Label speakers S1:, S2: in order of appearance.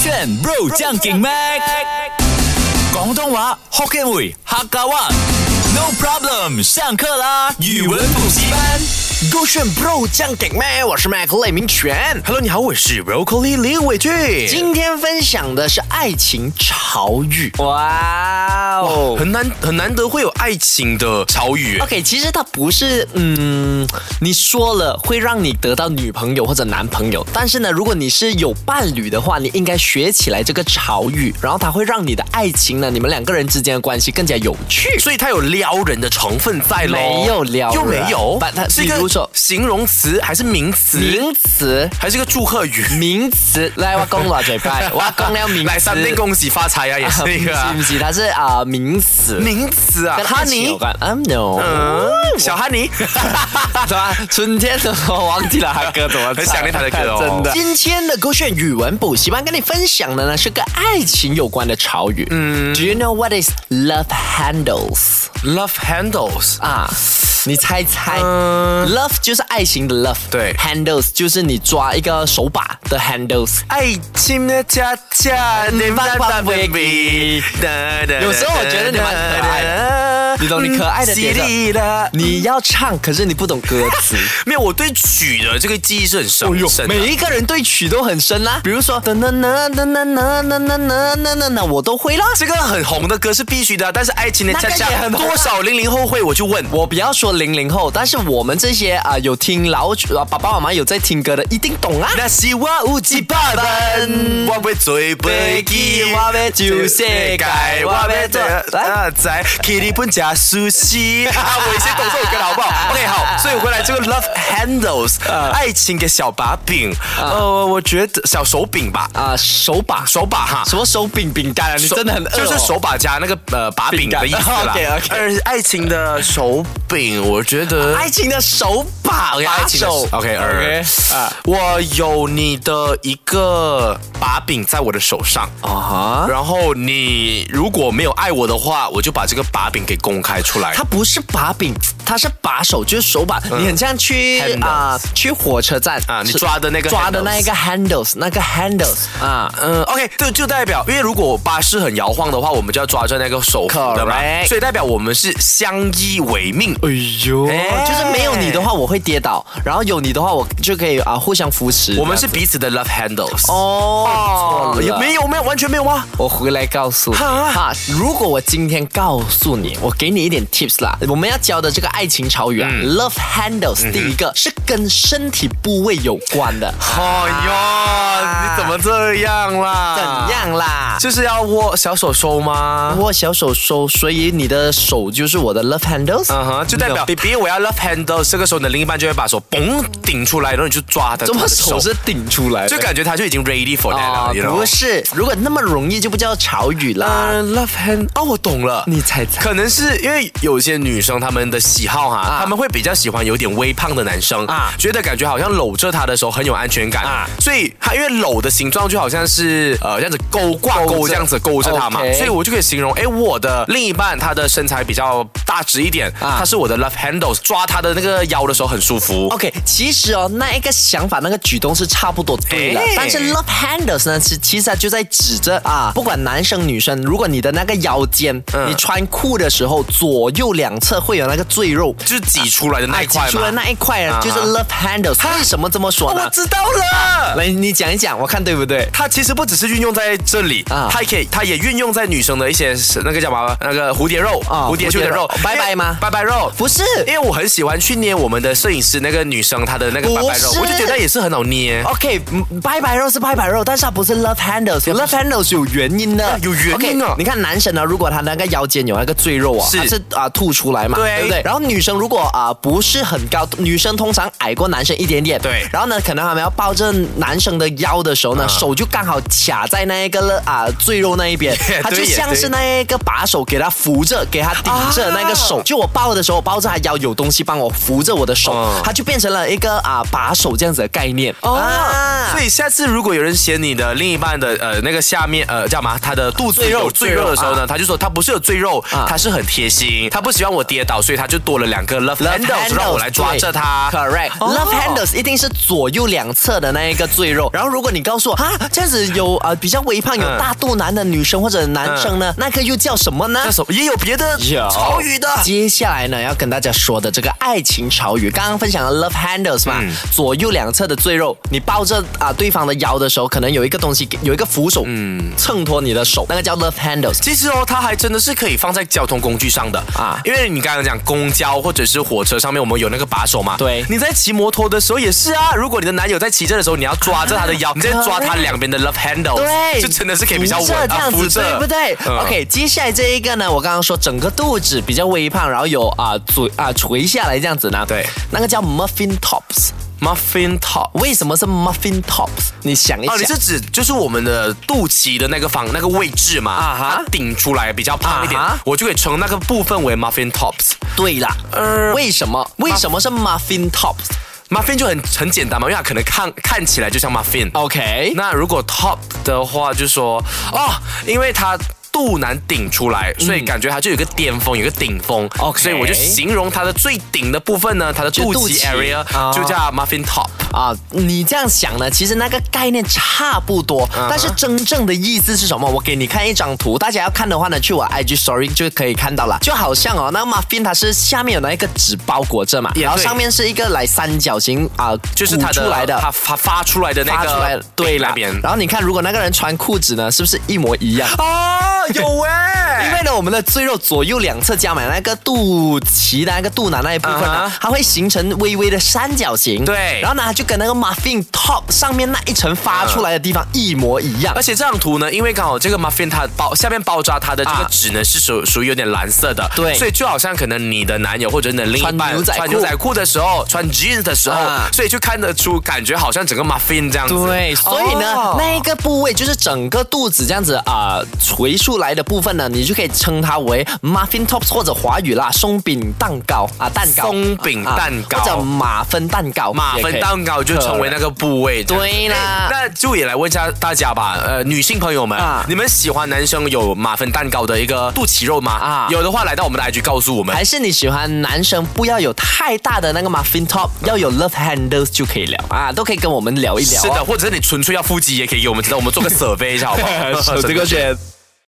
S1: 选 bro 将劲 mac，广东话 Hokkien 语客家话。No problem，上课啦！语文补习班。
S2: 勾选 Bro 酱给麦，我是麦克雷明权。
S3: Hello，你好，我是 Broccoli 李伟俊。
S2: 今天分享的是爱情潮语。哇
S3: 哦，
S2: 哦
S3: 很难很难得会有爱情的潮
S1: 啊
S3: 语耶。
S2: ！OK，其实它不是，嗯，你说了会让你得到女朋友或者男朋友，但是呢，如果你是有伴侣的话，你应该学起来这个潮语，然后它会让你的爱情呢，你们两个人之间的关系更加有趣。
S3: 所以它有撩人的成分在咯，
S2: 没有撩人啊
S3: 又没有，
S2: 但它
S3: 是一
S2: 比如
S3: 个
S2: 说
S3: 形容词还是名词，
S2: 名词，
S3: 还是一个祝贺语？
S2: 名词，来我讲了嘴巴，我讲了名词。
S3: 来三遍恭喜发财啊，也
S2: 呃
S3: 是一个啊、
S2: 不是不是，它是啊、名词，
S3: 名词啊，
S2: 跟
S3: 哈
S2: 爱情有
S3: 尼，
S2: 关。嗯，no，
S3: 嗯，小哈尼，
S2: 什么？春天的时候忘记了他歌怎么唱，
S3: 很想念他的歌哦
S2: 真的。今天的勾选语文补习班跟你分享的呢是跟爱情有关的潮语。嗯，Do you know what is love handles？
S3: Love handles
S2: 啊，你猜猜、l o v e 就是爱情的 love，
S3: 对
S2: ，handles 就是你抓一个手把的 handles。
S3: 爱情哎的恰恰，你慢慢回避。
S2: 有时候我觉得你呃蛮可爱的你懂你可爱的点在
S3: 的
S2: 你要唱，可是你不懂歌词。
S3: 没有，我对曲的这个记忆是很深
S1: 哎
S2: 哦
S3: 深啊的。
S2: 每一个人对曲都很深啦、比如说，噔噔噔噔噔噔噔噔噔噔噔，我都会啦。
S3: 这个很红的歌是必须的啊，但是爱情的恰
S2: 那
S3: 恰
S2: 个也很红啊
S3: 多少零零后会我就问
S2: 我不要说零零后，但是我们这些啊、有听老啊爸爸妈妈有在听歌的，一定懂啊。
S3: 那是我有一百
S1: 嗯
S3: 万，我要做飞机，
S2: 我 要救世界我要做呃
S3: 啊仔，去日本吃寿司。 啊我以前懂这首歌的好不好？OK，好，所以回来这个 Love
S2: 啊
S3: Handles，爱情的小把柄，呃，我觉得小手柄吧，
S2: 啊、手把，
S3: 手把哈。
S2: 什么手柄饼干啊？你
S3: 手
S2: 真的很饿、哦，
S3: 就是手把加那个呃把柄的意思 啦。
S2: 饼干 OK，OK
S3: 而爱情的手柄，我觉得
S2: 爱情的手把，
S3: 爱
S2: 把
S3: 情的
S2: 手。
S3: OK，二
S2: 啊
S3: 我有你的一个把柄在我的手上，
S2: 啊哈。
S3: 然后你如果没有爱我的话，我就把这个把柄给公开出来
S2: 它。不是把柄，它是把手，就是手把。你很像去
S3: 嗯 Handles
S2: 啊、去火车站
S3: 啊你抓的那个
S2: 抓的
S3: handles
S2: 那一个 handles，那个 handles 啊。
S3: 嗯，OK，就就代表，因为如果巴士很摇晃的话，我们就要抓着那个手扶的嘛
S2: Correct
S3: 所以代表我们是相依为命。
S2: 哎呦，
S3: 哎
S2: 就是没有你的话，我会跌倒；然后有你的话，我就可以啊互相扶持。
S3: 我们是彼此的 love handles。
S2: 哦，
S3: 有
S2: 有没
S3: 没
S2: 有？
S3: 有没有完全没有啊？
S2: 我回来告诉你
S3: 哈
S2: 哈，如果我今天告诉你，我给你一点 tips 啦。我们要教的这个爱情潮语啊、l
S3: 嗯
S2: o v e handles，第一个是跟身体部位有关的，
S3: 哎呦，你怎么这样啦？
S2: 怎？样啦？
S3: 就是要握小手手吗？
S2: 握小手手，所以你的手就是我的 love handles。
S3: 嗯哼，就代表 baby 我要 love handle，这个时候你的另一半就会把手嘣顶出来，然后你就抓他
S2: 怎么
S3: 他的
S2: 手是顶出来的？
S3: 就感觉他就已经 ready for that
S2: 啊
S3: 了，你，
S2: 不是，呃如果那么容易就不叫潮语啦。
S3: 嗯，love hand，哦，我懂了，
S2: 啊你猜猜
S3: 可能是因为有些女生她们的喜好哈，她们会比较喜欢有点微胖的男生
S2: 啊
S3: 觉得感觉好像搂着他的时候很有安全感
S2: 啊
S3: 所以她因为搂的形状就好像是呃这样子勾挂
S2: 勾着
S3: 钩这样子勾着他嘛
S2: OK
S3: 所以我就可以形容，哎，我的另一半他的身材比较大直一点，
S2: 啊
S3: 他是我的 love handles，抓他的那个腰的时候很舒服。
S2: OK，其实哦，那一个想法、那个举动是差不多对了，
S3: 哎
S2: 但是 love handles 呢，是其实它就在指着啊，不管男生女生，如果你的那个腰间，你穿裤的时候左右两侧会有那个赘肉，
S3: 就是挤出来的那一块
S2: 啊
S3: 嘛。
S2: 挤出来那一块啊，哦
S3: 啊哈
S2: 就是 love handles。为什么这么说
S3: 我
S2: 呢？
S3: 知道了。
S2: 来，你讲一讲，我看对不对？
S3: 它其实不只是运用在这里，
S2: 啊
S3: 它也可以，它也运用在女生的一些那个叫什么，那个蝴蝶肉，
S2: 啊
S3: 蝴蝶袖的肉
S2: 蝴蝶肉，拜拜吗
S3: 拜拜肉，
S2: 不是
S3: 因为我很喜欢去捏我们的摄影师那个女生她的那个拜拜肉
S2: 不，是
S3: 我就觉得也是很好捏。
S2: OK，嗯拜拜肉是拜拜肉，但是它不是 love handles。love handles 有原因的，
S3: 有原因啊
S2: OK，你看男生呢，如果他那个腰间有那个赘肉啊，
S3: 是
S2: 他是啊、吐出来嘛，
S3: 对
S2: 不对？然后女生如果啊、不是很高，女生通常矮过男生一点点，
S3: 对啊
S2: 然后呢，可能他们要抱着男生的腰的时候呢，手就刚好卡在那一个啊、赘肉那一边
S3: 对，
S2: 他就
S3: 也
S2: 像
S3: 对
S2: 是那个把手给他扶着，给他顶着那个
S3: 啊
S2: 手。就我抱的时候，我抱着他腰，有东西帮我扶着我的手，
S3: 嗯
S2: 它就变成了一个啊、把手这样子的概念。哦
S3: 啊，所以下次如果有人嫌你的另一半的呃那个下面呃叫什么，他的肚子
S2: 赘肉啊
S3: 有赘肉的时候
S2: 赘肉
S3: 呢，他就说他不是有赘肉，他是很贴心，他不希望我跌倒，所以他就多了两个 love
S2: Love
S3: handles 让我来抓着他。
S2: Correct、
S3: 哦
S2: Love handles 一定是左右两侧的那一个赘肉。然后如果你告诉我啊，这样子有呃比较微胖、有
S3: 嗯
S2: 大肚腩的女生或者男生呢，那个又叫什么呢？
S3: 那时候也有别的
S2: 有
S3: 潮语的。
S2: 接下来呢，要跟大家说的这个爱情潮语，刚刚分享了 love handles 嘛，
S3: 嗯
S2: 左右两侧的赘肉，你抱着啊、对方的腰的时候，可能有一个东西，有一个扶手，嗯，衬托你的手，那个叫 love handles。
S3: 其实哦，它还真的是可以放在交通工具上的
S2: 啊
S3: 啊，因为你刚刚讲公交或者是火车上面，我们有那个把手嘛。
S2: 对
S3: 你在骑摩托的时候也是啊，如果你的男友在骑着的时候，你要抓着他的 腰，你在抓他两边的 love handle，
S2: 对，
S3: 就真的是可以比较
S2: 扶
S3: 稳
S2: 着这
S3: 啊，
S2: 样
S3: 扶
S2: 子，对
S3: 着，
S2: 不对、
S3: 嗯
S2: o k 接下来这一个呢，我刚刚说整个肚子比较微胖，然后有啊嘴啊垂下来这样子呢，
S3: 对
S2: 那个叫 muffin tops。
S3: ？Muffin top。
S2: 为什么是 muffin tops？你想一想，
S3: 哦，你是指就是我们的肚脐的那个方那个位置嘛？
S2: 啊哈
S3: 它顶出来比较胖一点
S2: 啊哈
S3: 我就可以称那个部分为 muffin tops。
S2: 对啦，
S3: 呃
S2: 为什么？为什么是 muffin tops？
S3: muffin 就很很简单嘛，因为它可能看看起来就像 muffin。
S2: OK，
S3: 那如果 top 的话，就说哦，因为它。肚腩顶出来，所以感觉它就有一个巅峰，有一个顶峰。
S2: OK
S3: 所以我就形容它的最顶的部分呢，它的
S2: 就
S3: 肚
S2: 肚
S3: 脐
S2: 脐
S3: area
S2: 啊
S3: 就叫 muffin top。
S2: 啊，你这样想呢，其实那个概念差不多，
S3: 嗯
S2: 但是真正的意思是什么？我给你看一张图，大家要看的话呢，去我 IG Story 就可以看到了。就好像哦，那 muffin 它是下面有那一个纸包裹着嘛，
S3: 也
S2: 然后
S3: 对
S2: 上面是一个来三角形啊，
S3: 就是它
S2: 鼓
S3: 的
S2: 出来的。
S3: 它发发出来的那
S2: 发
S3: 个
S2: 出来，啊对
S3: 那
S2: 啦
S3: 边。
S2: 然后你看，如果那个人穿裤子呢，是不是一模一样？
S3: 哦，有哎、
S2: 因为呢，我们的赘肉左右两侧加满那个肚脐的那个肚腩那一部分呢
S3: 啊哈
S2: 它会形成微微的三角形。
S3: 对
S2: 然后呢，它就跟那个 muffin top 上面那一层发出来的地方一模一样
S3: 而。且这张图呢，因为刚好这个 muffin 它包下面包扎它的这个
S2: 啊
S3: 纸呢是属属于有点蓝色的，
S2: 对
S3: 所以就好像可能你的男友或者你的另一
S2: 穿
S3: 半
S2: 牛仔裤
S3: 穿牛仔裤的时候，穿 jeans 的时候，
S2: 啊
S3: 所以就看得出感觉好像整个 muffin 这样子。
S2: 对，所以呢，
S3: 哦
S2: 那一个部位就是整个肚子这样子啊、垂出来的部分呢，你就可以称它为 muffin tops 或者华语啦松饼蛋糕啊蛋糕
S3: 松饼蛋糕
S2: 啊或者马芬蛋糕
S3: 马
S2: 也可
S3: 芬
S2: 以
S3: 蛋糕就成为那个部位。这样
S2: 对啦
S3: 哎那就也来问一下大家吧，呃，女性朋友们，
S2: 啊
S3: 你们喜欢男生有马芬蛋糕的一个肚脐肉吗？
S2: 啊
S3: 啊，有的话来到我们的 IG 告诉我们。
S2: 还是你喜欢男生不要有太大的那个 muffin top，要有 love handles 就可以聊啊，都可以跟我们聊一聊、啊
S3: 是的，，或者是你纯粹要腹肌也可以给我们知道，我们做个 survey 一下好不好？
S2: 手这个选。